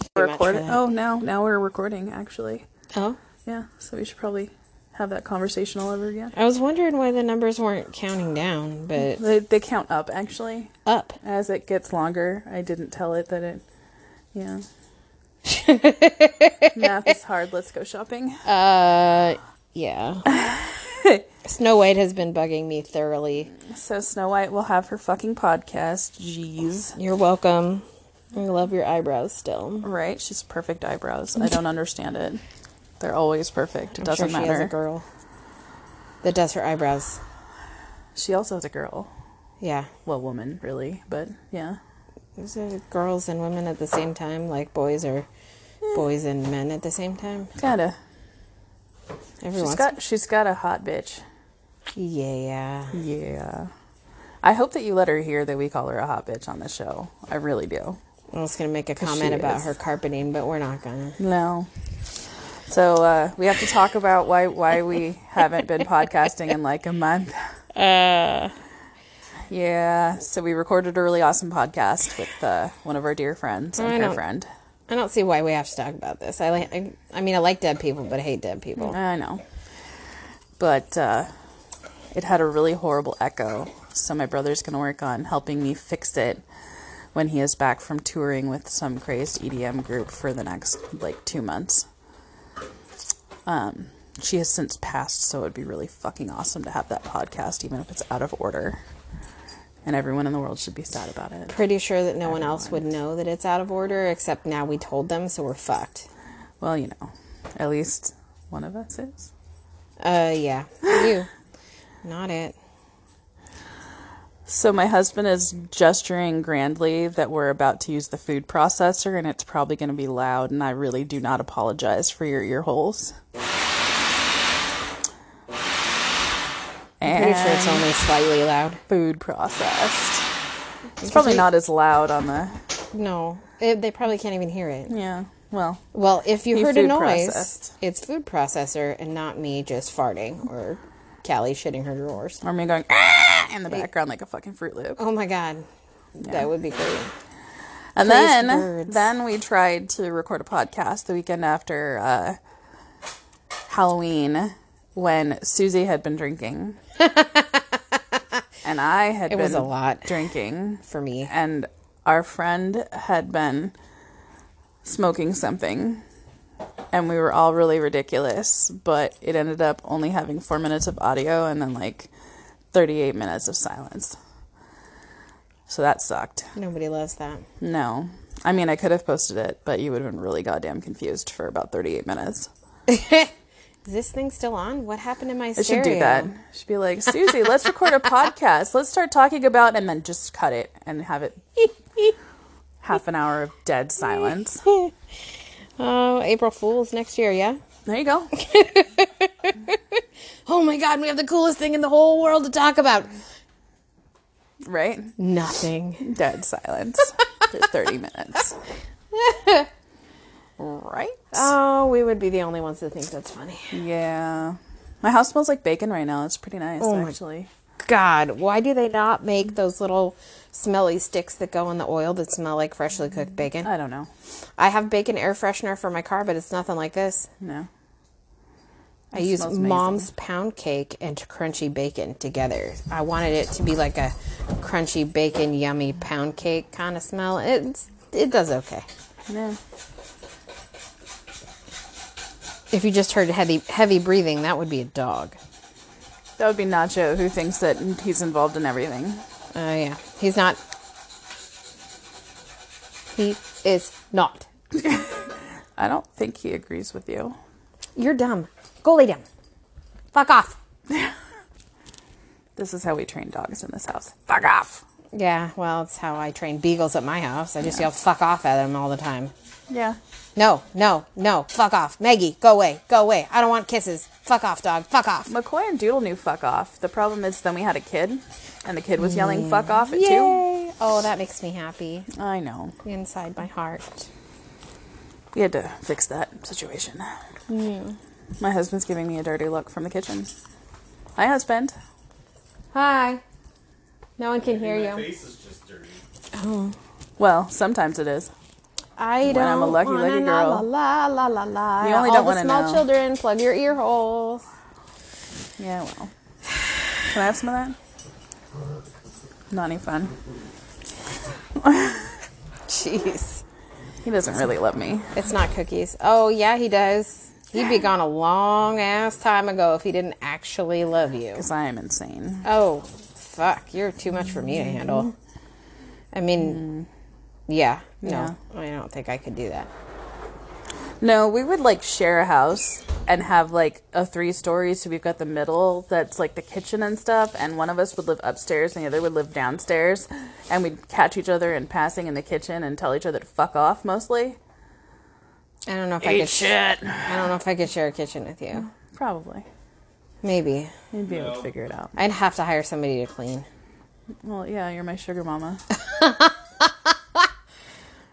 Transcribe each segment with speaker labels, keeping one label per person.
Speaker 1: much for
Speaker 2: recording.
Speaker 1: that.
Speaker 2: Oh, now now we're recording actually.
Speaker 1: Oh,
Speaker 2: Yeah, so we should probably have that conversation all over again.
Speaker 1: I was wondering why the numbers weren't counting down, but
Speaker 2: They they count up actually
Speaker 1: up.
Speaker 2: as it gets longer. I didn't tell it that it. Yeah. Math is hard. Let's go shopping.
Speaker 1: Uh, yeah. Snow White has been bugging me thoroughly.
Speaker 2: So Snow White will have her fucking podcast. Jeez.
Speaker 1: You're welcome. I love your eyebrows still.
Speaker 2: Right? She's perfect eyebrows. I don't understand it. They're always perfect. It
Speaker 1: I'm sure
Speaker 2: doesn't
Speaker 1: She has a
Speaker 2: matter.
Speaker 1: girl that does her eyebrows.
Speaker 2: She also has a girl.
Speaker 1: Yeah.
Speaker 2: Well, woman, really, but yeah.
Speaker 1: These are girls and women at the same time, like boys or boys and men at the same time.
Speaker 2: Kinda.
Speaker 1: Everyone's
Speaker 2: She's got she's got a hot bitch.
Speaker 1: yeah.
Speaker 2: Yeah. I hope that you let her hear that we call her a hot bitch on the show. I really do.
Speaker 1: I was gonna make a
Speaker 2: 'Cause she
Speaker 1: comment about
Speaker 2: is.
Speaker 1: her carpeting, but we're not gonna.
Speaker 2: No. So uh, we have to talk about why why we haven't been podcasting in like a month.
Speaker 1: Uh,
Speaker 2: Yeah. So we recorded a really awesome podcast with uh, one of our dear friends
Speaker 1: I
Speaker 2: and her
Speaker 1: don't-
Speaker 2: friend.
Speaker 1: I don't see why we have to talk about this. I like. I, I mean, I like dead people, but I hate dead people.
Speaker 2: I know. But uh, it had a really horrible echo. So my brother's going to work on helping me fix it when he is back from touring with some crazed EDM group for the next like two months. Um, she has since passed, so it'd be really fucking awesome to have that podcast, even if it's out of order. And everyone in the world should be sad about it.
Speaker 1: Pretty sure that no one else would know that it's out of order, except now we told them, so we're fucked.
Speaker 2: Well, you know, at least one of us is.
Speaker 1: Uh, yeah, you, not it.
Speaker 2: So my husband is gesturing grandly that we're about to use the food processor and it's probably going to be loud and I really do not apologize for your ear holes.
Speaker 1: Pretty sure
Speaker 2: And
Speaker 1: it's only slightly loud.
Speaker 2: food processed. It's probably not as loud on the
Speaker 1: No, it, they probably can't even hear it.
Speaker 2: yeah. Well,
Speaker 1: Well, if you
Speaker 2: Be
Speaker 1: heard a
Speaker 2: food
Speaker 1: noise,
Speaker 2: processed.
Speaker 1: it's food processor and not me just farting or Callie shitting her drawers.
Speaker 2: or me going "Ah!" in the background like a fucking Fruit Loop.
Speaker 1: Oh my god, that would be great.
Speaker 2: And
Speaker 1: Praise
Speaker 2: then
Speaker 1: birds.
Speaker 2: then we tried to record a podcast the weekend after uh, Halloween when Susie had been drinking. and I had
Speaker 1: It
Speaker 2: been
Speaker 1: was a lot
Speaker 2: drinking.
Speaker 1: for me.
Speaker 2: And our friend had been smoking something. And we were all really ridiculous, but it ended up only having four minutes of audio and then like 38 minutes of silence. So that sucked.
Speaker 1: Nobody loves that.
Speaker 2: No. I mean, I could have posted it, but you would have been really goddamn confused for about 38 minutes.
Speaker 1: Is this thing still on? What happened to my
Speaker 2: I should
Speaker 1: stereo?
Speaker 2: do that. I should be like, Susie, let's record a podcast. Let's start talking about, and then just cut it and have it half an hour of dead silence.
Speaker 1: Oh, April Fools next year, yeah?
Speaker 2: There you go.
Speaker 1: Oh my god, we have the coolest thing in the whole world to talk about.
Speaker 2: Right?
Speaker 1: Nothing.
Speaker 2: Dead silence for 30 minutes. Right?
Speaker 1: Oh, we would be the only ones that think that's funny.
Speaker 2: Yeah. My house smells like bacon right now. It's pretty nice,
Speaker 1: Oh my-
Speaker 2: actually.
Speaker 1: God, why do they not make those little smelly sticks that go in the oil that smell like freshly cooked bacon?
Speaker 2: I don't know.
Speaker 1: I have bacon air freshener for my car, but it's nothing like this.
Speaker 2: No.
Speaker 1: I use
Speaker 2: smells amazing.
Speaker 1: mom's pound cake and crunchy bacon together. I wanted it to be like a crunchy bacon, yummy pound cake kind of smell. It's it does okay.
Speaker 2: No.
Speaker 1: If you just heard heavy heavy breathing, that would be a dog.
Speaker 2: That would be Nacho, who thinks that he's involved in everything.
Speaker 1: Oh yeah, he's not. He is not.
Speaker 2: I don't think he agrees with you.
Speaker 1: You're dumb. Go lay down. Fuck off.
Speaker 2: This is how we train dogs in this house. Fuck off.
Speaker 1: Yeah, well, it's how I train beagles at my house. I just yell "fuck off" at them all the time.
Speaker 2: Yeah.
Speaker 1: No, no, no. Fuck off. Maggie, go away. Go away. I don't want kisses. Fuck off, dog. Fuck off.
Speaker 2: McCoy and Doodle knew fuck off. The problem is then we had a kid, and the kid was yelling fuck off at two.
Speaker 1: Yay. Oh, that makes me happy
Speaker 2: I know.
Speaker 1: inside my heart.
Speaker 2: We had to fix that situation. My husband's giving me a dirty look from the kitchen. Hi, husband.
Speaker 1: Hi. No one can hear
Speaker 3: My
Speaker 1: you.
Speaker 3: face is just dirty.
Speaker 2: Well, sometimes it is.
Speaker 1: I
Speaker 2: When
Speaker 1: don't.
Speaker 2: I'm a lucky,
Speaker 1: wanna
Speaker 2: lucky
Speaker 1: la,
Speaker 2: girl.
Speaker 1: La la la la la.
Speaker 2: You only
Speaker 1: All
Speaker 2: don't
Speaker 1: the
Speaker 2: wanna
Speaker 1: small
Speaker 2: know.
Speaker 1: children, plug your ear holes.
Speaker 2: Yeah, well. Can I have some of that? Not any fun.
Speaker 1: Jeez,
Speaker 2: He doesn't really love me.
Speaker 1: it's not cookies. Oh yeah, he does. He'd be gone a long ass time ago if he didn't actually love you.
Speaker 2: Because I am insane.
Speaker 1: Oh, fuck, you're too much for me to handle. I mean, yeah, no,
Speaker 2: Yeah.
Speaker 1: I don't think I could do that.
Speaker 2: No, we would like share a house and have like a three story. So we've got the middle that's like the kitchen and stuff. And one of us would live upstairs and the other would live downstairs. And we'd catch each other in passing in the kitchen and tell each other to fuck off mostly.
Speaker 1: I don't know if I could.
Speaker 2: shit.
Speaker 1: I don't know if I could share a kitchen with you.
Speaker 2: Probably.
Speaker 1: Maybe
Speaker 2: You'd be able to figure it out.
Speaker 1: I'd have to hire somebody to clean.
Speaker 2: Well, yeah, you're my sugar mama.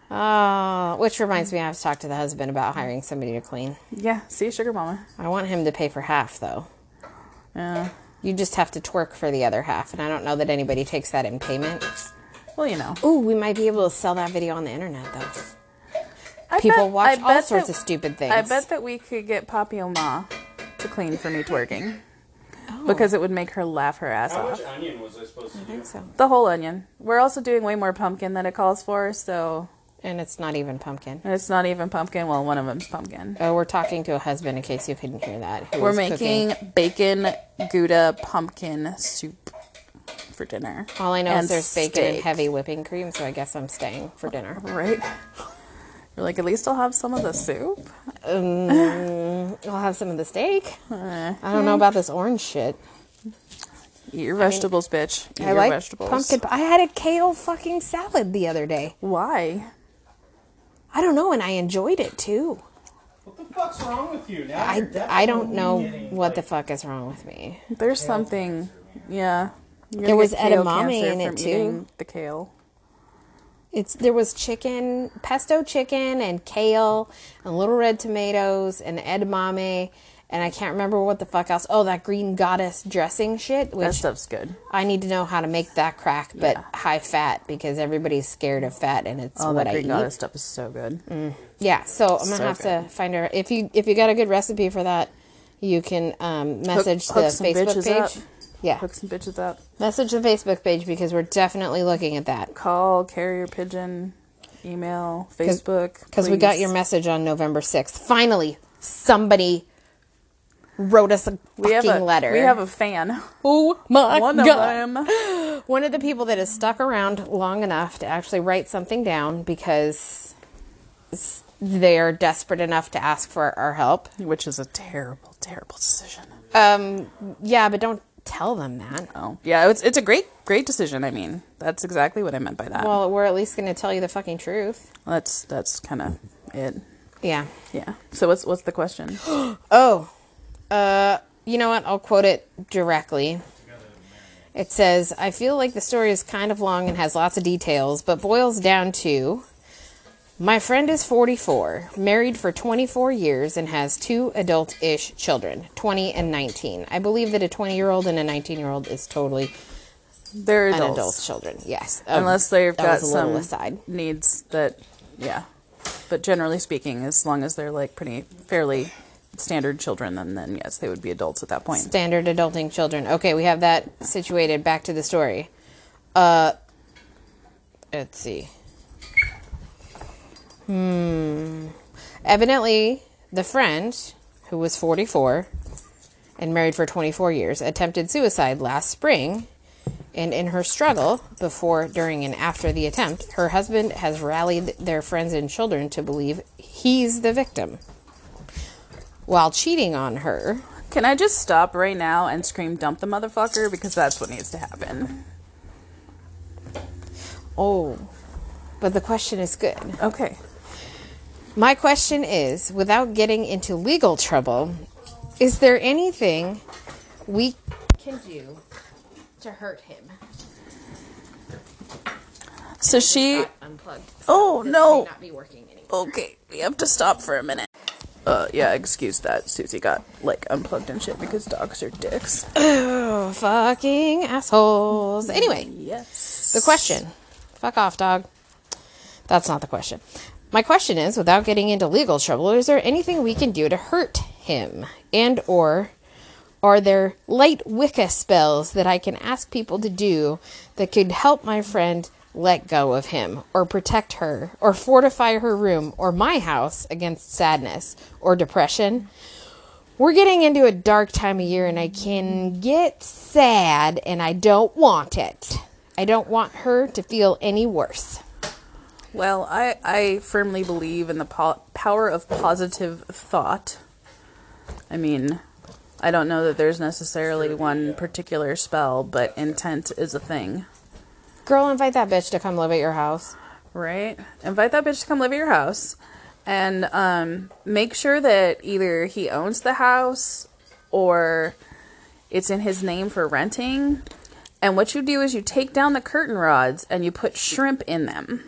Speaker 1: Oh, which reminds me, I have to talk to the husband about hiring somebody to clean.
Speaker 2: yeah, see, sugar mama.
Speaker 1: I want him to pay for half, though.
Speaker 2: Yeah.
Speaker 1: You just have to twerk for the other half, and I don't know that anybody takes that in payment.
Speaker 2: Well, you know.
Speaker 1: Ooh, we might be able to sell that video on the internet, though.
Speaker 2: I
Speaker 1: People watch all
Speaker 2: bet
Speaker 1: sorts of stupid
Speaker 2: I
Speaker 1: things.
Speaker 2: bet that we could get Poppy Oma to clean for me twerking
Speaker 1: Oh.
Speaker 2: because it would make her laugh her ass
Speaker 3: How
Speaker 2: off.
Speaker 3: much
Speaker 1: Uh-huh.
Speaker 3: onion was I supposed to
Speaker 1: I
Speaker 3: do?
Speaker 1: think so.
Speaker 2: The whole onion. We're also doing way more pumpkin than it calls for, so
Speaker 1: And it's not even pumpkin.
Speaker 2: and it's not even pumpkin. Well, one of them's pumpkin.
Speaker 1: Oh, we're talking to a husband in case you couldn't hear that. who
Speaker 2: We're
Speaker 1: is
Speaker 2: making
Speaker 1: cooking.
Speaker 2: bacon gouda pumpkin soup for dinner.
Speaker 1: All I know
Speaker 2: and
Speaker 1: is there's bacon and
Speaker 2: steak.
Speaker 1: heavy whipping cream, so I guess I'm staying for dinner.
Speaker 2: Right. We're like, at least I'll have some of the soup.
Speaker 1: I'll have some of the steak.
Speaker 2: Uh-huh.
Speaker 1: I don't know about this orange shit.
Speaker 2: Eat your vegetables, bitch. Eat
Speaker 1: I
Speaker 2: your
Speaker 1: like
Speaker 2: vegetables.
Speaker 1: pumpkin. I had a kale fucking salad the other day.
Speaker 2: Why?
Speaker 1: I don't know, and I enjoyed it too.
Speaker 3: What the fuck's wrong with you? Now
Speaker 1: I,
Speaker 3: you're definitely
Speaker 1: I don't know
Speaker 3: getting,
Speaker 1: what the
Speaker 3: like,
Speaker 1: fuck is wrong with me.
Speaker 2: There's something, yeah. You're gonna
Speaker 1: There was
Speaker 2: get kale
Speaker 1: edamame
Speaker 2: cancer
Speaker 1: in it,
Speaker 2: from
Speaker 1: too.
Speaker 2: eating The kale.
Speaker 1: It's there was chicken, pesto chicken, and kale, and little red tomatoes, and edamame, and I can't remember what the fuck else. Oh, that green goddess dressing shit,
Speaker 2: That
Speaker 1: which
Speaker 2: stuff's good.
Speaker 1: I need to know how to make that crack, but
Speaker 2: Yeah.
Speaker 1: high fat because everybody's scared of fat, and it's
Speaker 2: All
Speaker 1: what
Speaker 2: that
Speaker 1: I eat. Mm.
Speaker 2: green goddess stuff is so good.
Speaker 1: Yeah, so I'm gonna
Speaker 2: So
Speaker 1: have to
Speaker 2: good.
Speaker 1: find her. If you if you got a good recipe for that, you can um, message
Speaker 2: hook
Speaker 1: the
Speaker 2: some
Speaker 1: Facebook
Speaker 2: bitches up.
Speaker 1: page. Yeah,
Speaker 2: Hook some bitches up.
Speaker 1: message the Facebook page because we're definitely looking at that
Speaker 2: Call carrier pigeon, email, Facebook.
Speaker 1: because we got
Speaker 2: please.
Speaker 1: your message on November 6th. Finally, somebody wrote us a
Speaker 2: we have
Speaker 1: fucking
Speaker 2: a,
Speaker 1: letter.
Speaker 2: We have a fan.
Speaker 1: oh my
Speaker 2: One of
Speaker 1: god.
Speaker 2: them.
Speaker 1: One of the people that has stuck around long enough to actually write something down because s- they're desperate enough to ask for our help.
Speaker 2: Which is a terrible, terrible decision.
Speaker 1: Um, yeah, but don't tell them that.
Speaker 2: Oh, yeah. It's it's a great, great decision. I mean, that's exactly what I meant by that.
Speaker 1: Well, we're at least going to tell you the fucking truth.
Speaker 2: that's that's kind of it.
Speaker 1: Yeah.
Speaker 2: Yeah. So what's what's the question?
Speaker 1: Oh, uh, you know what? I'll quote it directly. It says, I feel like the story is kind of long and has lots of details, but boils down to My friend is 44, married for 24 years, and has two adult ish children, 20 and 19. I believe that a 20 year old and a 19 year old is totally
Speaker 2: They're
Speaker 1: an
Speaker 2: adults.
Speaker 1: adult children. Yes. Um,
Speaker 2: unless they've
Speaker 1: that
Speaker 2: got
Speaker 1: was a
Speaker 2: some
Speaker 1: little aside.
Speaker 2: needs that yeah but generally speaking as long as they're like pretty fairly standard children then then yes they would be adults at that point
Speaker 1: Standard adulting children. Okay, we have that situated. Back to the story. Uh, let's see. Hmm. Evidently, the friend, who was 44 and married for 24 years, attempted suicide last spring. And in her struggle, before, during, and after the attempt, her husband has rallied their friends and children to believe he's the victim while cheating on her.
Speaker 2: can i just stop right now and scream dump the motherfucker because that's what needs to happen
Speaker 1: Oh, but the question is good.
Speaker 2: okay
Speaker 1: My question is without getting into legal trouble, is there anything we can do to hurt him?
Speaker 2: so she
Speaker 1: Unplugged.
Speaker 2: oh
Speaker 1: This
Speaker 2: no
Speaker 1: may not be working anymore.
Speaker 2: okay we have to stop for a minute uh yeah excuse that susie got like unplugged and shit because dogs are dicks
Speaker 1: Oh, fucking assholes. Anyway,
Speaker 2: yes
Speaker 1: the question. Fuck off, dog. That's not the question. My question is, without getting into legal trouble, is there anything we can do to hurt him? And or are there light Wicca spells that I can ask people to do that could help my friend let go of him, or protect her, or fortify her room or my house against sadness or depression? We're getting into a dark time of year and I can get sad and I don't want it. I don't want her to feel any worse.
Speaker 2: Well, I, I firmly believe in the po- power of positive thought. I mean, I don't know that there's necessarily one particular spell, but intent is a thing,
Speaker 1: Girl, invite that bitch to come live at your house.
Speaker 2: right? Invite that bitch to come live at your house and um, make sure that either he owns the house or it's in his name for renting. And what you do is you take down the curtain rods and you put shrimp in them.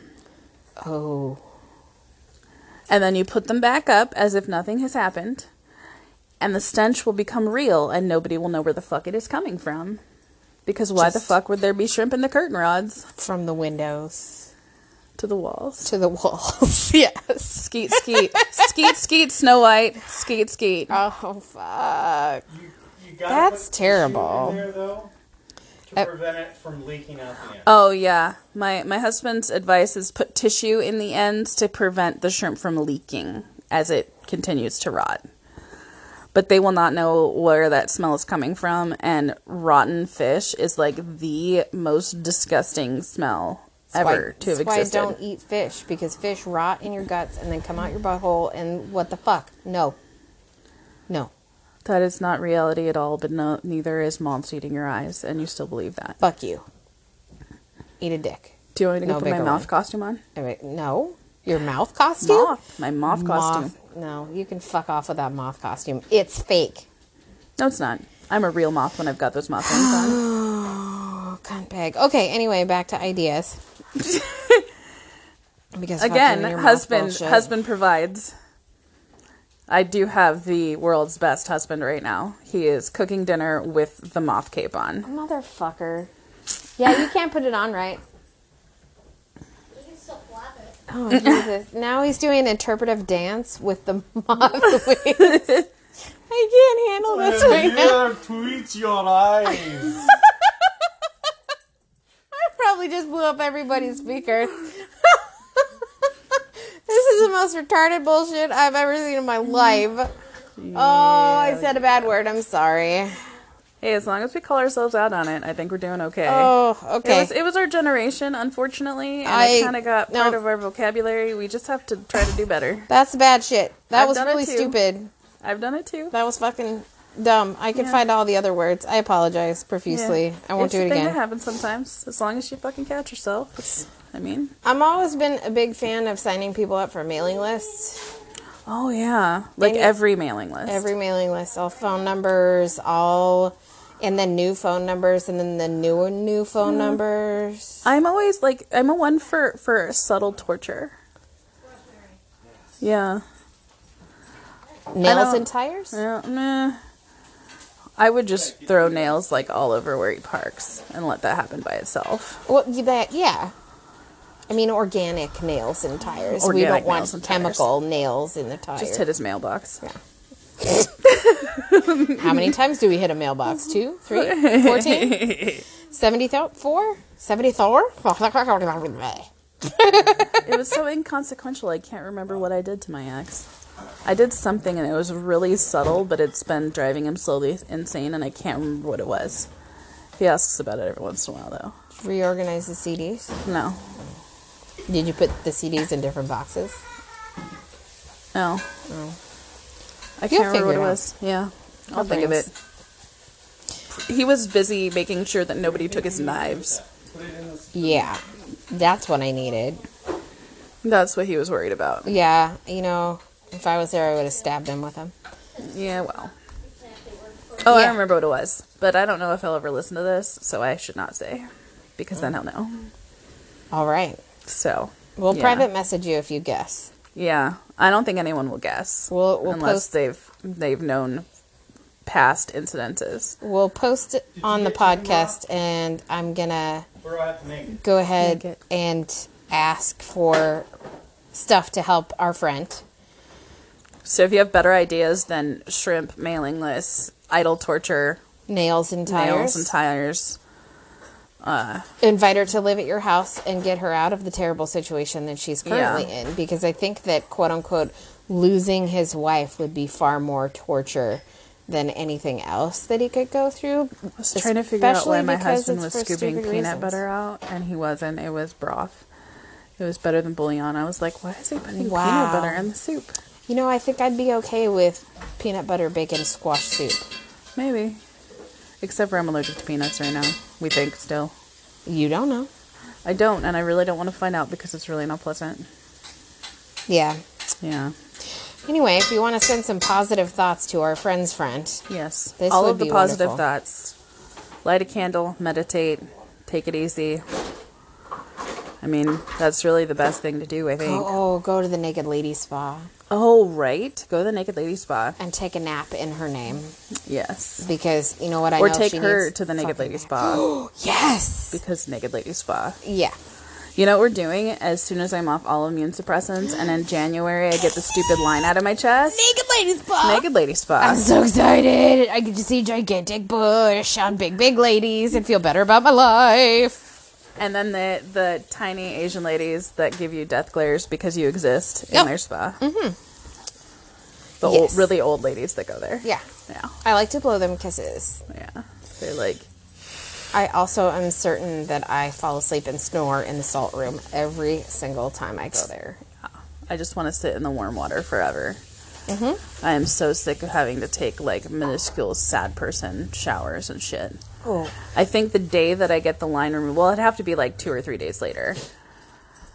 Speaker 1: Oh.
Speaker 2: And then you put them back up as if nothing has happened. And the stench will become real and nobody will know where the fuck it is coming from. Because why the
Speaker 1: Just-
Speaker 2: fuck would there be shrimp in the curtain rods
Speaker 1: From the windows
Speaker 2: to the walls?
Speaker 1: to the walls. yes.
Speaker 2: Skeet, skeet, skeet, skeet, Snow White, skeet, skeet.
Speaker 1: Oh, fuck.
Speaker 3: You, you gotta
Speaker 1: That's
Speaker 3: put the
Speaker 1: terrible.
Speaker 3: shoe in there, though, to
Speaker 1: Uh,
Speaker 3: prevent it from leaking out the end.
Speaker 2: Oh yeah, my my husband's advice is put tissue in the ends to prevent the shrimp from leaking as it continues to rot. But they will not know where that smell is coming from, and rotten fish is like the most disgusting smell
Speaker 1: Why-
Speaker 2: ever to have
Speaker 1: that's why
Speaker 2: existed.
Speaker 1: don't eat fish because fish rot in your guts and then come out your butthole and what the fuck? No. No.
Speaker 2: That is not reality at all. But no, neither is moths eating your eyes, and you still believe that.
Speaker 1: Fuck you. Eat a dick.
Speaker 2: Do you want me to
Speaker 1: No
Speaker 2: go put my
Speaker 1: bigger
Speaker 2: mouth
Speaker 1: one.
Speaker 2: costume on?
Speaker 1: All right, No. Your mouth costume?
Speaker 2: Moth, my moth costume.
Speaker 1: Moth- No, you can fuck off with that moth costume. It's fake.
Speaker 2: No, it's not. I'm a real moth when I've got those moth wings on.
Speaker 1: Oh, cunt bag. Okay, anyway, back to ideas. because fucking
Speaker 2: again
Speaker 1: your mouth
Speaker 2: husband
Speaker 1: bullshit.
Speaker 2: husband provides i do have the world's best husband right now he is cooking dinner with the moth cape on
Speaker 1: Motherfucker. Yeah, you can't put it on right.
Speaker 4: You can still flap it.
Speaker 1: Oh, Jesus. Now he's doing interpretive dance with the moth wings. I can't handle this right now.
Speaker 3: tweet your eyes.
Speaker 1: Probably just blew up everybody's speaker. this is the most retarded bullshit I've ever seen in my life. Oh, I said a bad word. I'm sorry.
Speaker 2: hey as long as we call ourselves out on it i think we're doing okay
Speaker 1: Oh,
Speaker 2: It
Speaker 1: okay.
Speaker 2: was, it was our generation, unfortunately, and
Speaker 1: I-
Speaker 2: it kind of got
Speaker 1: no.
Speaker 2: part of our vocabulary. We just have to try to do better.
Speaker 1: That's bad shit. That
Speaker 2: I've
Speaker 1: was
Speaker 2: done it
Speaker 1: really
Speaker 2: too.
Speaker 1: stupid.
Speaker 2: I've done it too.
Speaker 1: That was fucking dumb. I can
Speaker 2: Yeah.
Speaker 1: find all the other words. I apologize
Speaker 2: Yeah.
Speaker 1: profusely. I won't
Speaker 2: it's
Speaker 1: do it
Speaker 2: a thing
Speaker 1: again.
Speaker 2: that happens sometimes, as long as you fucking catch yourself. It's- I mean,
Speaker 1: I'm always been a big fan of signing people up for mailing lists.
Speaker 2: oh yeah, like
Speaker 1: Any-
Speaker 2: every mailing list.
Speaker 1: Every mailing list, all phone numbers, all and then new phone numbers and then the new new phone numbers.
Speaker 2: I'm always like I'm a one for for subtle torture. Yeah.
Speaker 1: Nails
Speaker 2: don't-
Speaker 1: and tires?
Speaker 2: Yeah, meh. I would just throw nails like all over where he parks and let that happen by itself.
Speaker 1: Well, you- that yeah. I mean organic nails and tires. we
Speaker 2: Organic
Speaker 1: don't
Speaker 2: nails
Speaker 1: want
Speaker 2: and tires.
Speaker 1: chemical nails in the tires.
Speaker 2: Just hit his mailbox.
Speaker 1: How many times do we hit a mailbox?
Speaker 2: Mm-hmm.
Speaker 1: Two, three, fourteen, seventy-four, seventy-four.
Speaker 2: it was so inconsequential. I can't remember what I did to my ex. I did something and it was really subtle, but it's been driving him slowly insane, and I can't remember what it was. He asks about it every once in a while,
Speaker 1: Reorganize the CDs.
Speaker 2: though. No,
Speaker 1: Did you put the CDs in different boxes?
Speaker 2: no. Oh. I
Speaker 1: You'll
Speaker 2: can't remember what it
Speaker 1: figure it
Speaker 2: was. Yeah, I'll think of it. He was busy making sure that nobody took his knives.
Speaker 3: Put it in this.
Speaker 1: Yeah, that's what I needed.
Speaker 2: That's what he was worried about.
Speaker 1: Yeah, you know, if I was there, I would have stabbed him with them.
Speaker 2: Yeah, well. Oh, I
Speaker 1: Yeah.
Speaker 2: remember what it was, but I don't know if he'll ever listen to this, so I should not say, because
Speaker 1: Mm.
Speaker 2: then he'll know.
Speaker 1: All right,
Speaker 2: So,
Speaker 1: we'll
Speaker 2: Yeah.
Speaker 1: private message you if you guess.
Speaker 2: yeah, I don't think anyone will guess
Speaker 1: We'll we'll
Speaker 2: unless
Speaker 1: post
Speaker 2: they've they've known past incidences.
Speaker 1: we'll post it
Speaker 3: you
Speaker 1: on the
Speaker 3: get your mom?
Speaker 1: podcast, and I'm gonna
Speaker 3: We're gonna have to make it.
Speaker 1: go ahead
Speaker 2: Make it.
Speaker 1: and ask for stuff to help our friend.
Speaker 2: So if you have better ideas than shrimp mailing lists, idle torture,
Speaker 1: Nails and tires.
Speaker 2: nails and tires,
Speaker 1: Invite her to live at your house and get her out of the terrible situation that she's currently
Speaker 2: Yeah.
Speaker 1: in because I think that, quote unquote, losing his wife would be far more torture than anything else that he could go through.
Speaker 2: I was trying to figure out why
Speaker 1: especially
Speaker 2: my
Speaker 1: because
Speaker 2: husband was
Speaker 1: it's for
Speaker 2: scooping
Speaker 1: stupid
Speaker 2: peanut
Speaker 1: reasons.
Speaker 2: butter out, and he wasn't. It was broth. It was better than bouillon. I was like, why is he putting peanut
Speaker 1: Wow.
Speaker 2: butter in the soup?
Speaker 1: You know, I think I'd be okay with peanut butter bacon squash soup.
Speaker 2: Maybe. Except for I'm allergic to peanuts right now. We think still.
Speaker 1: You don't know.
Speaker 2: I don't, and I really don't want to find out because it's really not pleasant.
Speaker 1: Yeah.
Speaker 2: Yeah.
Speaker 1: Anyway, if you want to send some positive thoughts to our friend's friend,
Speaker 2: Yes.
Speaker 1: This
Speaker 2: All
Speaker 1: would
Speaker 2: of the
Speaker 1: be
Speaker 2: positive
Speaker 1: wonderful.
Speaker 2: thoughts. Light a candle, meditate, take it easy. I mean, that's really the best thing to do, I think.
Speaker 1: oh, oh, go to the Naked Lady Spa
Speaker 2: Oh, right. Go to the Naked Lady Spa.
Speaker 1: and take a nap in her name
Speaker 2: Yes.
Speaker 1: because you know what I
Speaker 2: or
Speaker 1: know
Speaker 2: take
Speaker 1: she
Speaker 2: her
Speaker 1: needs
Speaker 2: to the Naked
Speaker 1: fucking
Speaker 2: Lady Spa
Speaker 1: nap. Yes.
Speaker 2: because Naked Lady Spa.
Speaker 1: Yeah.
Speaker 2: You know what we're doing as soon as I'm off all immune suppressants and in January I get the stupid line out of my chest?
Speaker 1: Naked Lady Spa.
Speaker 2: Naked Lady Spa.
Speaker 1: I'm so excited. I get to see gigantic bush on big big ladies and feel better about my life.
Speaker 2: And then the the tiny Asian ladies that give you death glares because you exist in
Speaker 1: Yep. Mm-hmm.
Speaker 2: their spa. Mm-hmm. The
Speaker 1: Yes.
Speaker 2: old, really old ladies that go there.
Speaker 1: Yeah.
Speaker 2: Yeah.
Speaker 1: I like to blow them kisses.
Speaker 2: Yeah. They're like,
Speaker 1: I also am certain that I fall asleep and snore in the salt room every single time I go there.
Speaker 2: I just want to sit in the warm water forever. Mm-hmm. I am so sick of having to take like minuscule sad person showers and shit.
Speaker 1: Oh.
Speaker 2: I think the day that I get the line removed, well, it'd have to be like two or three days later.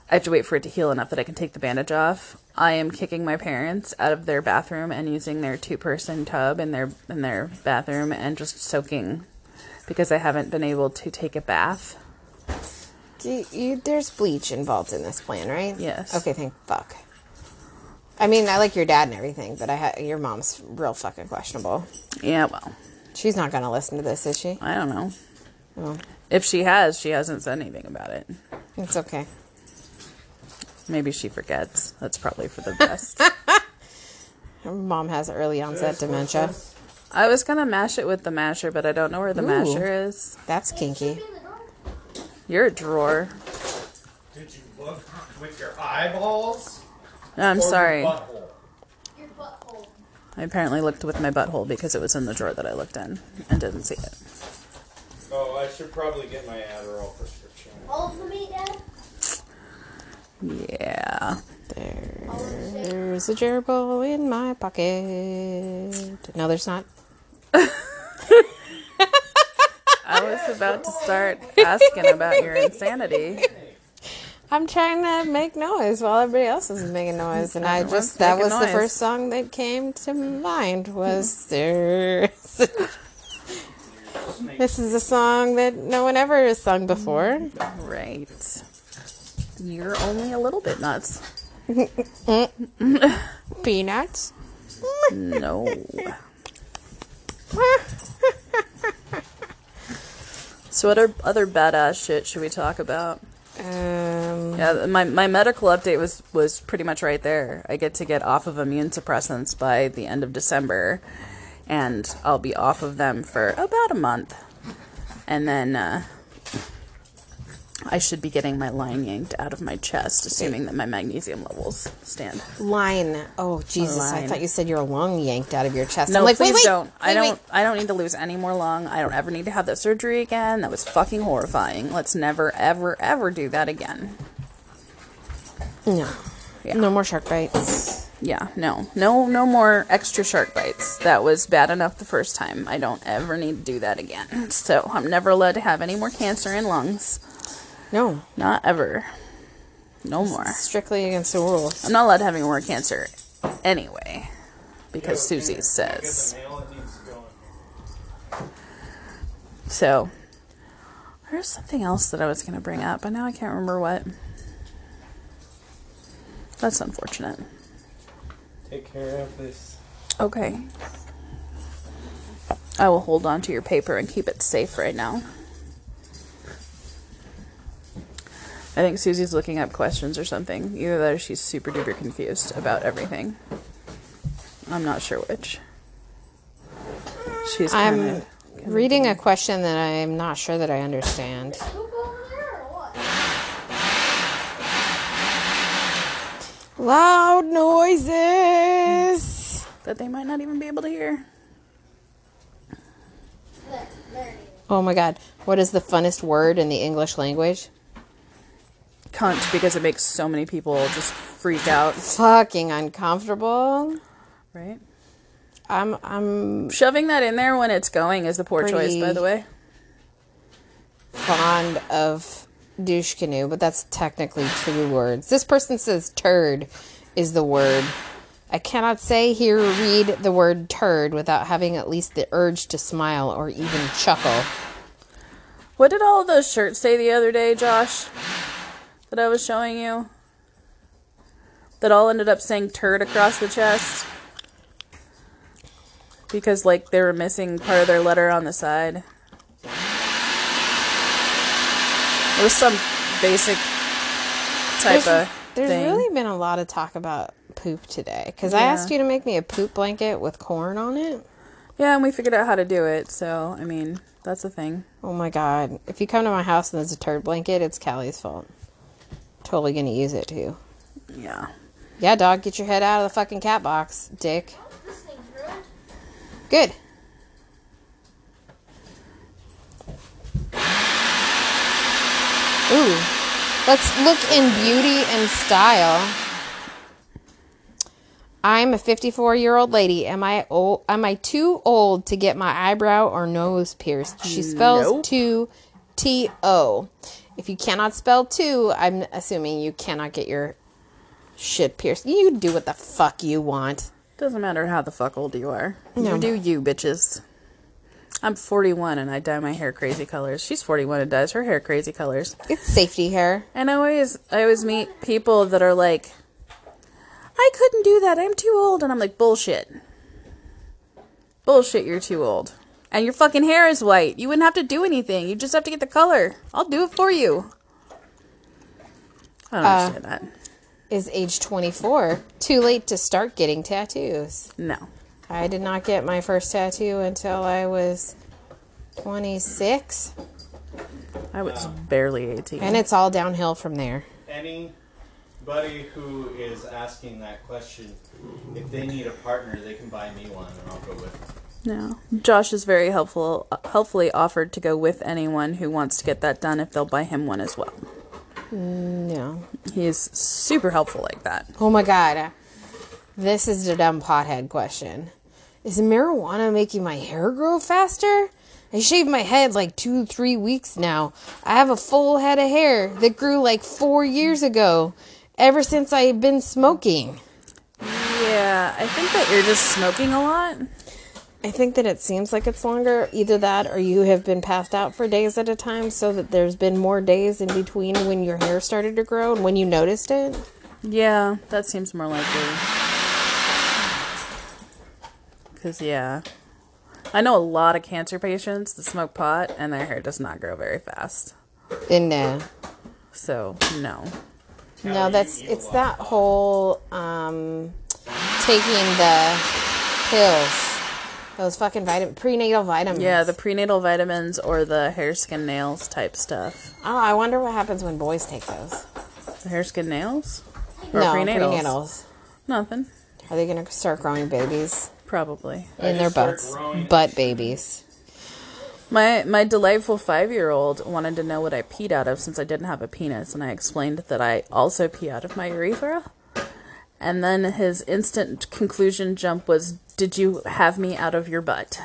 Speaker 2: I have to wait for it to heal enough that I can take the bandage off. I am kicking my parents out of their bathroom and using their two-person tub in their in their bathroom and just soaking because I haven't been able to take a bath.
Speaker 1: Do you, there's bleach involved in this plan, right?
Speaker 2: Yes.
Speaker 1: Okay, thank fuck. I mean, I like your dad and everything, but I ha- your mom's real fucking questionable.
Speaker 2: Yeah, well,
Speaker 1: She's not gonna listen to this, is she?
Speaker 2: I don't know.
Speaker 1: Well,
Speaker 2: If she has, she hasn't said anything about it.
Speaker 1: it's okay.
Speaker 2: Maybe she forgets. That's probably for the best.
Speaker 1: Her mom has early onset dementia.
Speaker 2: I was gonna mash it with the masher, but I don't know where the
Speaker 1: Ooh.
Speaker 2: masher is.
Speaker 1: That's kinky.
Speaker 2: You're a drawer.
Speaker 3: Did you look with your eyeballs?
Speaker 2: No, I'm
Speaker 3: or your
Speaker 2: sorry.
Speaker 3: butthole?
Speaker 4: Your butthole.
Speaker 2: I apparently looked with my butthole because it was in the drawer that I looked in and didn't see it.
Speaker 3: Oh, I should probably get my Adderall prescription.
Speaker 4: All of the meat, Dad?
Speaker 2: Yeah.
Speaker 1: There's a gerbil in my pocket. No, there's not.
Speaker 2: I was about to start asking about your insanity.
Speaker 1: I'm trying to make noise while everybody else is making noise, and I
Speaker 2: Everyone's
Speaker 1: just that
Speaker 2: making
Speaker 1: was the
Speaker 2: noise.
Speaker 1: first song that came to mind was there's. this is a song that no one ever has sung before.
Speaker 2: Right. You're only a little bit nuts.
Speaker 1: Peanuts.
Speaker 2: No. So what are other badass shit should we talk about?
Speaker 1: Um,
Speaker 2: Yeah, my, my medical update was, was pretty much right there. I get to get off of immune suppressants by the end of December, and I'll be off of them for about a month. And then uh, I should be getting my line yanked out of my chest, assuming that my magnesium levels stand.
Speaker 1: line. Oh Jesus! I
Speaker 2: Line.
Speaker 1: thought you said your lung yanked out of your chest.
Speaker 2: No,
Speaker 1: I'm like,
Speaker 2: please
Speaker 1: wait, wait,
Speaker 2: don't. I
Speaker 1: wait,
Speaker 2: don't.
Speaker 1: wait.
Speaker 2: I don't need to lose any more lung. I don't ever need to have that surgery again. That was fucking horrifying. Let's never, ever, ever do that again.
Speaker 1: No.
Speaker 2: Yeah.
Speaker 1: No more shark bites.
Speaker 2: Yeah, no, no, no more extra shark bites. That was bad enough the first time. I don't ever need to do that again. So I'm never allowed to have any more cancer in lungs.
Speaker 1: No.
Speaker 2: Not ever. No more.
Speaker 1: Strictly against the rules.
Speaker 2: I'm not allowed to have any more cancer anyway, because Susie says
Speaker 3: Get the mail, it needs to go in.
Speaker 2: so. There's something else that I was gonna bring up, but now I can't remember what. That's unfortunate.
Speaker 3: Take care of this.
Speaker 2: Okay. I will hold on to your paper and keep it safe right now. I think Susie's looking up questions or something. Either that or she's super duper confused about everything. I'm not sure which. She's
Speaker 1: I'm
Speaker 2: kind of
Speaker 1: Reading a question that I'm not sure that I understand.
Speaker 4: Poop over there or what?
Speaker 1: Loud noises.
Speaker 2: that they might not even be able to hear.
Speaker 4: There, there it is.
Speaker 1: Oh my god. What is the funnest word in the English language?
Speaker 2: Cunt because it makes so many people just freak out,
Speaker 1: Fucking uncomfortable.
Speaker 2: right?
Speaker 1: I'm I'm
Speaker 2: Shoving that in there when it's going is the poor choice, by
Speaker 1: Pretty-
Speaker 2: the way.
Speaker 1: fond of douche canoe, but that's technically two words. This person says turd is the word. I cannot say here or read the word turd without having at least the urge to smile or even chuckle.
Speaker 2: What did all of those shirts say the other day, Josh? That I was showing you? That all ended up saying turd across the chest? Because, like, they were missing part of their letter on the side. It was some basic type
Speaker 1: There's-
Speaker 2: of
Speaker 1: There's
Speaker 2: thing.
Speaker 1: really been a lot of talk about poop today because I
Speaker 2: Yeah.
Speaker 1: asked you to make me a poop blanket with corn on it.
Speaker 2: Yeah, and we figured out how to do it, so, I mean, that's a thing.
Speaker 1: Oh my god! If you come to my house and there's a turd blanket, it's Callie's fault. Totally gonna use it too.
Speaker 2: Yeah.
Speaker 1: Yeah, dog, get your head out of the fucking cat box, dick.
Speaker 4: This thing's ruined.
Speaker 1: Good. Ooh. Let's look in beauty and style. I'm a 54 year old lady. Am I old? Am I too old to get my eyebrow or nose pierced? She spells
Speaker 2: Nope.
Speaker 1: two T O. If you cannot spell two, I'm assuming you cannot get your shit pierced. You do what the fuck you want.
Speaker 2: Doesn't matter how the fuck old you are. You do you, bitches. I'm 41 and I dye my hair crazy colors. She's 41 and dyes her hair crazy colors.
Speaker 1: It's safety hair.
Speaker 2: And I always, I always meet people that are like, "I couldn't do that. I'm too old." And I'm like, "Bullshit, bullshit. You're too old, and your fucking hair is white. You wouldn't have to do anything. You just have to get the color. I'll do it for you." I don't understand that.
Speaker 1: is age 24 too late to start getting tattoos
Speaker 2: No,
Speaker 1: i did not get my first tattoo until i was 26
Speaker 2: I was barely 18.
Speaker 1: and it's all downhill from there
Speaker 3: Anybody who is asking that question, if they need a partner, they can buy me one and I'll go with them.
Speaker 2: No. Josh is very helpful, helpfully offered to go with anyone who wants to get that done if they'll buy him one as well.
Speaker 1: no
Speaker 2: He is super helpful like that.
Speaker 1: oh my god this is the dumb pothead question is marijuana making my hair grow faster i shaved my head like two three weeks now i have a full head of hair that grew like four years ago ever since i've been smoking
Speaker 2: Yeah, I think that you're just smoking a lot.
Speaker 1: I think that it seems like it's longer. Either that or you have been passed out for days at a time so that there's been more days in between when your hair started to grow and when you noticed it.
Speaker 2: Yeah, that seems more likely. Cause yeah, I know a lot of cancer patients that smoke pot and their hair does not grow very fast.
Speaker 1: And uh,
Speaker 2: So no.
Speaker 1: no, that's it's that whole um, taking the pills, those fucking vitamin prenatal vitamins.
Speaker 2: Yeah, the prenatal vitamins or the hair, skin, nails type stuff.
Speaker 1: oh, I wonder what happens when boys take those.
Speaker 2: The hair, skin, nails, or
Speaker 1: no,
Speaker 2: prenatals.
Speaker 1: prenatals.
Speaker 2: Nothing.
Speaker 1: Are they gonna start growing babies
Speaker 2: Probably.
Speaker 1: in their
Speaker 3: just start
Speaker 1: butts?
Speaker 3: growing-
Speaker 1: Butt babies.
Speaker 2: My my delightful five year old wanted to know what I peed out of since I didn't have a penis, and I explained that I also pee out of my urethra. And then his instant conclusion jump was, "Did you have me out of your butt?"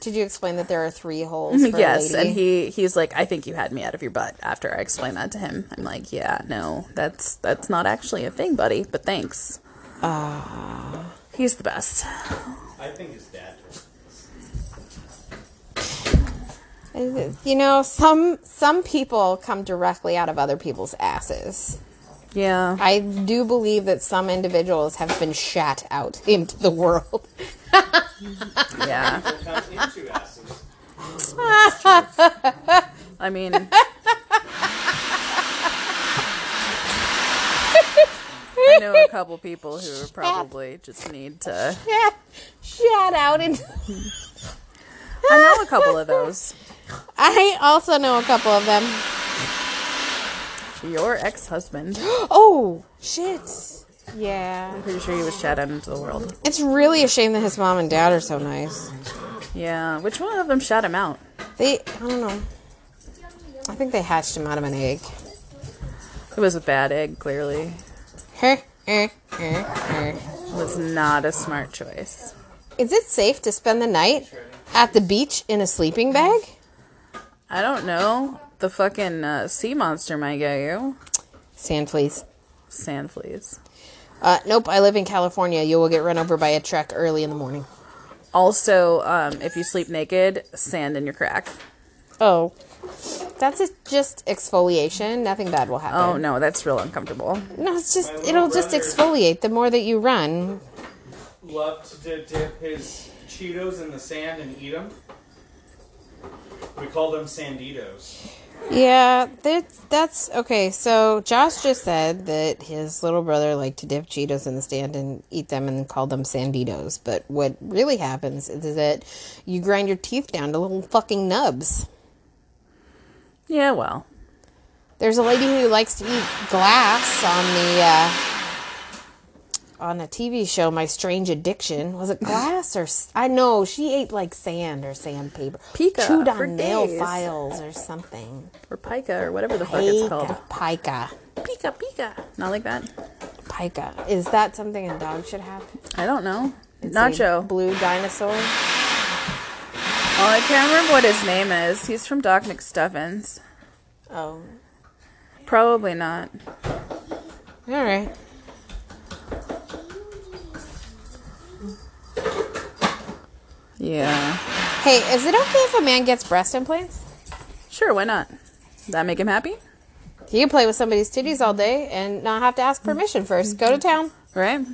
Speaker 1: Did you explain that there are three holes? For
Speaker 2: yes,
Speaker 1: a lady?
Speaker 2: and he he's like, "I think you had me out of your butt." After I explained that to him, I'm like, "Yeah, no, that's that's not actually a thing, buddy. But thanks." he's the best.
Speaker 3: I think his dad told him.
Speaker 1: You know, some some people come directly out of other people's asses.
Speaker 2: Yeah,
Speaker 1: I do believe that some individuals have been shat out into the world.
Speaker 2: yeah.
Speaker 3: Comes into asses.
Speaker 2: I mean, I know a couple people who probably just need to.
Speaker 1: Shout out and
Speaker 2: I know a couple of those.
Speaker 1: I also know a couple of them.
Speaker 2: Your ex-husband.
Speaker 1: Oh shit. Yeah.
Speaker 2: I'm pretty sure he was shot out into the world.
Speaker 1: It's really a shame that his mom and dad are so nice.
Speaker 2: Yeah. Which one of them shot him out?
Speaker 1: They I don't know. I think they hatched him out of an egg.
Speaker 2: It was a bad egg. Clearly,
Speaker 1: Eh, eh, eh, eh.
Speaker 2: it was not a smart choice.
Speaker 1: Is it safe to spend the night at the beach in a sleeping bag?
Speaker 2: I don't know. The fucking uh, sea monster might get you.
Speaker 1: Sand please.
Speaker 2: Sand fleas.
Speaker 1: Uh, nope, I live in California. You will get run over by a truck early in the morning.
Speaker 2: Also, um, if you sleep naked, sand in your crack.
Speaker 1: Oh. That's a, just exfoliation. Nothing bad will happen.
Speaker 2: Oh no, that's real uncomfortable.
Speaker 1: No, it's just
Speaker 3: My little
Speaker 1: it'll just
Speaker 3: brother-
Speaker 1: exfoliate the more that you run.
Speaker 3: Loved to dip his Cheetos in the sand and eat them. We call them Sanditos.
Speaker 1: Yeah, that's that's okay. So Josh just said that his little brother liked to dip Cheetos in the stand and eat them and called them Sanditos. But what really happens is that you grind your teeth down to little fucking nubs.
Speaker 2: Yeah, well,
Speaker 1: There's a lady who likes to eat glass on the uh, on a TV show, My Strange Addiction. Was it glass or s- I know she ate like sand or sandpaper,
Speaker 2: Pica
Speaker 1: chewed
Speaker 2: for
Speaker 1: on nail
Speaker 2: days.
Speaker 1: files or something.
Speaker 2: or pica or whatever the fuck it's called.
Speaker 1: Pica,
Speaker 2: Pika
Speaker 1: pica,
Speaker 2: pika. Not like that.
Speaker 1: pica. Is that something a dog should have?
Speaker 2: I don't know.
Speaker 1: It's a
Speaker 2: Nacho.
Speaker 1: blue dinosaur.
Speaker 2: Oh, I can't remember what his name is. He's from Doc McStuffins.
Speaker 1: Oh,
Speaker 2: Probably not.
Speaker 1: all right.
Speaker 2: Yeah.
Speaker 1: Hey, is it okay if a man gets breast implants?
Speaker 2: Sure, why not? Does that make him happy?
Speaker 1: He can play with somebody's titties all day and not have to ask permission first. Go to town.
Speaker 2: Right?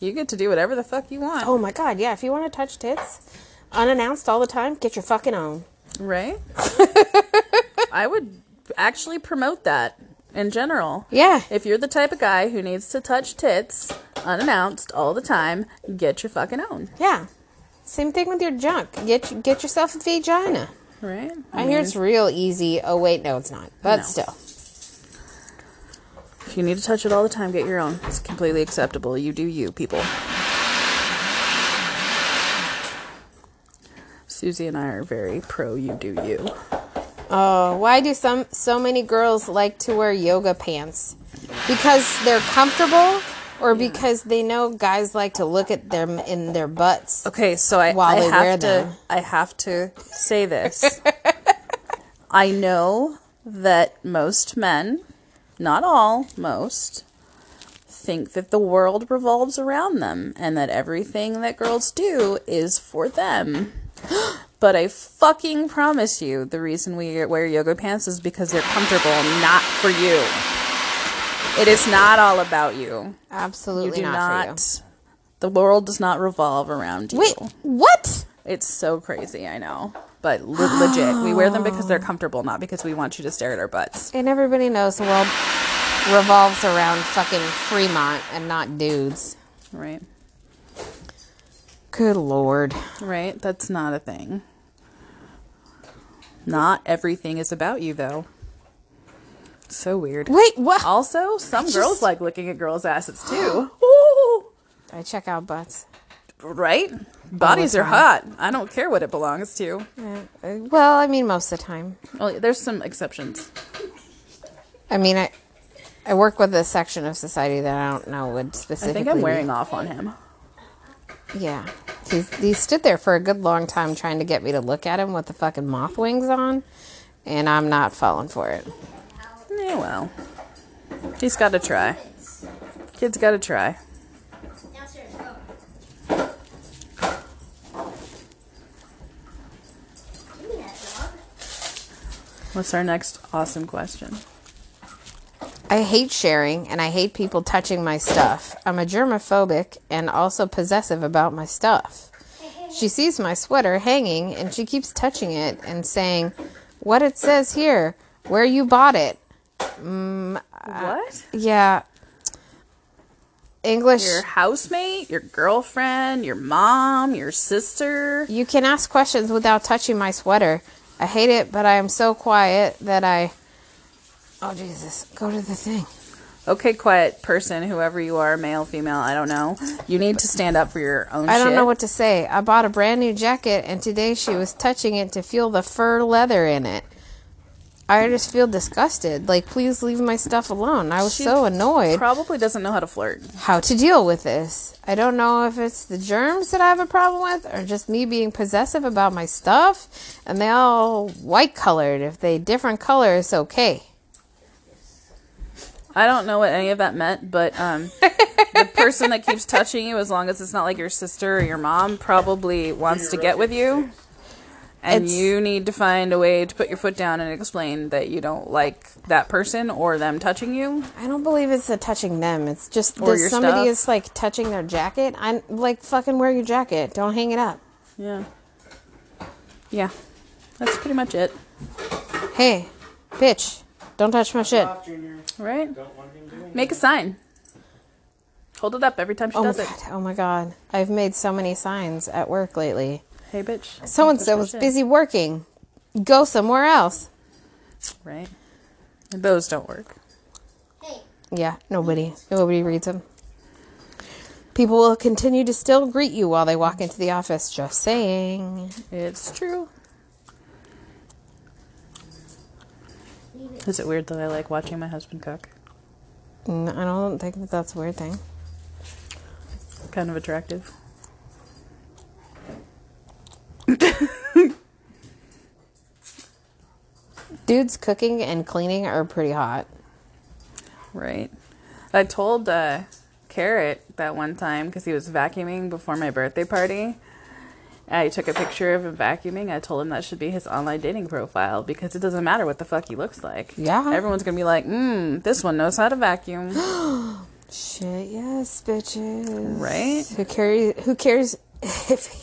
Speaker 2: You get to do whatever the fuck you want.
Speaker 1: Oh my god, yeah, if you want to touch tits unannounced all the time, get your fucking own.
Speaker 2: Right? I would actually promote that in general.
Speaker 1: Yeah.
Speaker 2: If you're the type of guy who needs to touch tits unannounced all the time, get your fucking own.
Speaker 1: Yeah. Same thing with your junk. Get get yourself a vagina.
Speaker 2: Right?
Speaker 1: I hear it's real easy. Oh wait, no it's not. But
Speaker 2: Mm-hmm. No.
Speaker 1: still.
Speaker 2: If you need to touch it all the time, get your own. It's completely acceptable. You do you, people. Susie and I are very pro you do you.
Speaker 1: Oh, why do some so many girls like to wear yoga pants? Because they're comfortable or because they know guys like to look at them in their butts.
Speaker 2: Okay, so I,
Speaker 1: While
Speaker 2: I
Speaker 1: they
Speaker 2: have
Speaker 1: wear
Speaker 2: to
Speaker 1: them.
Speaker 2: I have to say this. I know that most men, not all, most think that the world revolves around them and that everything that girls do is for them. But I fucking promise you, the reason we wear yoga pants is because they're comfortable, not for you. It is not all about you. You
Speaker 1: Absolutely
Speaker 2: do
Speaker 1: not,
Speaker 2: not.
Speaker 1: for you.
Speaker 2: The world does not revolve around you.
Speaker 1: Wait, what?
Speaker 2: It's so crazy, I know. But le- legit, we wear them because they're comfortable, not because we want you to stare at our butts.
Speaker 1: And everybody knows the world revolves around fucking Fremont and not dudes.
Speaker 2: Right?
Speaker 1: Good lord.
Speaker 2: Right? That's not a thing. Not everything is about you, though. So weird.
Speaker 1: Wait, what?
Speaker 2: Also, some
Speaker 1: just-
Speaker 2: girls like looking at girls' asses too. Ooh,
Speaker 1: I check out butts.
Speaker 2: right? Bodies are hot. I don't care what it belongs to.
Speaker 1: Uh, uh, well, I mean, most of the time.
Speaker 2: Well, there's some exceptions.
Speaker 1: I mean, I I work with a section of society that I don't know would
Speaker 2: I
Speaker 1: specifically.
Speaker 2: think I'm wearing off on him.
Speaker 1: Yeah, he's he stood there for a good long time trying to get me to look at him with the fucking moth wings on, and I'm not falling for it.
Speaker 2: Yeah, well, he's got to try. Kid's got to try.
Speaker 4: Downstairs. Go. Give me that dog.
Speaker 2: What's our next awesome question?
Speaker 1: I hate sharing and I hate people touching my stuff. I'm a germophobic and also possessive about my stuff. She sees my sweater hanging and she keeps touching it and saying, What it says here,
Speaker 2: Uh,
Speaker 1: where you bought it.
Speaker 2: What?
Speaker 1: Yeah. English.
Speaker 2: Your housemate, your girlfriend, your mom, your sister.
Speaker 1: You can ask questions without touching my sweater. I hate it, but I am so quiet that I. Oh, Jesus. Go to the thing.
Speaker 2: Okay, quiet person, whoever you are, male, female, I don't know. You need to stand up for your own
Speaker 1: I don't
Speaker 2: shit.
Speaker 1: know what to say. I bought a brand new jacket, and today she was touching it to feel the fur leather in it. I just feel disgusted. Like, please leave my stuff alone. I was
Speaker 2: She
Speaker 1: so annoyed.
Speaker 2: Probably doesn't know how to flirt.
Speaker 1: how to deal with this. I don't know if it's the germs that I have a problem with or just me being possessive about my stuff. And they all white colored. If they different color, it's okay.
Speaker 2: I don't know what any of that meant, but um, the person that keeps touching you, as long as it's not like your sister or your mom, probably wants to get with you. And
Speaker 1: It's-
Speaker 2: you need to find a way to put your foot down and explain that you don't like that person or them touching you.
Speaker 1: I don't believe it's the touching them. It's just
Speaker 2: Or
Speaker 1: that
Speaker 2: your
Speaker 1: somebody
Speaker 2: stuff.
Speaker 1: is like touching their jacket. I'm like fucking wear your jacket. Don't hang it up.
Speaker 2: Yeah. Yeah. That's pretty much it,
Speaker 1: Hey, bitch, don't touch my shit.
Speaker 3: Off, Junior.
Speaker 2: right?
Speaker 3: Don't want him doing
Speaker 2: Make a sign. Hold it up every time she
Speaker 1: Oh my
Speaker 2: does it.
Speaker 1: god. Oh my god. I've made so many signs at work lately.
Speaker 2: Hey, bitch.
Speaker 1: So and so was busy working. Go somewhere else.
Speaker 2: Right. Those don't work.
Speaker 4: Hey,
Speaker 1: Yeah, nobody. Nobody reads them. People will continue to still greet you while they walk into the office. Just saying.
Speaker 2: It's true. Is it weird that I like watching my husband cook?
Speaker 1: Mm, I don't think that that's a weird thing.
Speaker 2: Kind of attractive.
Speaker 1: Dudes cooking and cleaning are pretty hot.
Speaker 2: Right. I told uh, Carrot that one time because he was vacuuming before my birthday party. I took a picture of him vacuuming. I told him that should be his online dating profile because it doesn't matter what the fuck he looks like.
Speaker 1: Yeah.
Speaker 2: Everyone's going to be like, mm, this one knows how to vacuum.
Speaker 1: Shit, yes, bitches.
Speaker 2: Right?
Speaker 1: Who cares? Who cares if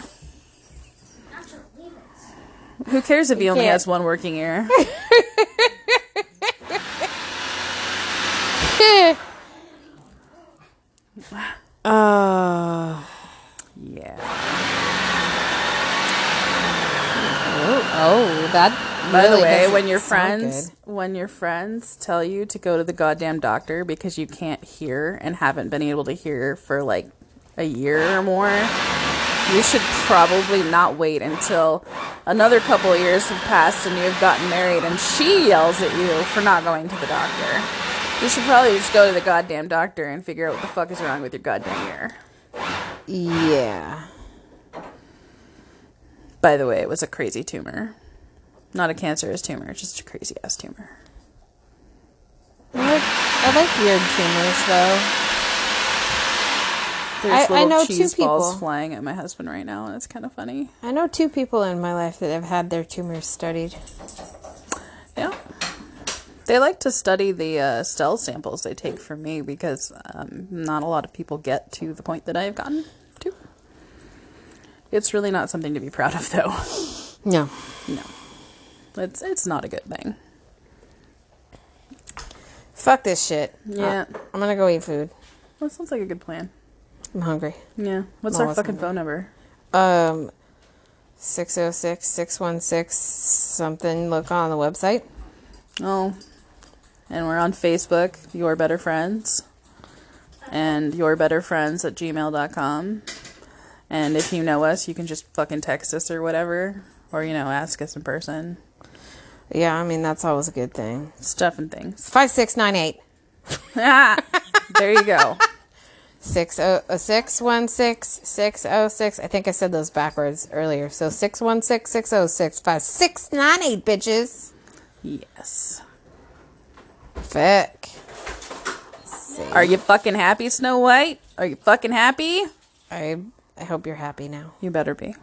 Speaker 4: Nacho, leave it.
Speaker 2: Who cares if he only
Speaker 1: can't.
Speaker 2: has one working ear?
Speaker 1: Uh,
Speaker 2: yeah.
Speaker 1: oh, oh, that.
Speaker 2: By the
Speaker 1: really
Speaker 2: way,
Speaker 1: doesn't
Speaker 2: when your
Speaker 1: sound
Speaker 2: friends
Speaker 1: good.
Speaker 2: when your friends tell you to go to the goddamn doctor because you can't hear and haven't been able to hear for like a year or more, you should probably not wait until another couple of years have passed and you've gotten married and she yells at you for not going to the doctor. You should probably just go to the goddamn doctor and figure out what the fuck is wrong with your goddamn ear.
Speaker 1: Yeah.
Speaker 2: By the way, it was a crazy tumor. Not a cancerous tumor, just a crazy ass tumor.
Speaker 1: I like, I like weird tumors though. I- I
Speaker 2: There's little
Speaker 1: know two
Speaker 2: cheese balls
Speaker 1: people.
Speaker 2: flying at my husband right now, and it's kind of funny.
Speaker 1: I know two people in my life that have had their tumors studied.
Speaker 2: Yeah. They like to study the uh, stell samples they take from me because um, not a lot of people get to the point that I have gotten to. It's really not something to be proud of, though.
Speaker 1: No.
Speaker 2: No, it's it's not a good thing.
Speaker 1: Fuck this shit. Uh,
Speaker 2: Yeah,
Speaker 1: I'm gonna go eat food.
Speaker 2: Uh, that sounds like a good plan.
Speaker 1: I'm hungry.
Speaker 2: Yeah, what's
Speaker 1: No,
Speaker 2: our
Speaker 1: it's
Speaker 2: fucking
Speaker 1: not.
Speaker 2: phone number?
Speaker 1: Um, 606 616 something. Look on the website.
Speaker 2: Oh. And we're on Facebook, Your Better Friends, and yourbetterfriends at gmail.com. And if you know us, you can just fucking text us or whatever, or, you know, ask us in person.
Speaker 1: Yeah, I mean, that's always a good thing.
Speaker 2: Stuff and things.
Speaker 1: 5698
Speaker 2: Ah, there you go.
Speaker 1: oh, uh, 616 606. I think I said those backwards earlier. So 616 606 5698, bitches.
Speaker 2: Yes.
Speaker 1: Fuck.
Speaker 2: Are you fucking happy, Snow White? Are you fucking happy?
Speaker 1: I, I hope you're happy now.
Speaker 2: You better be.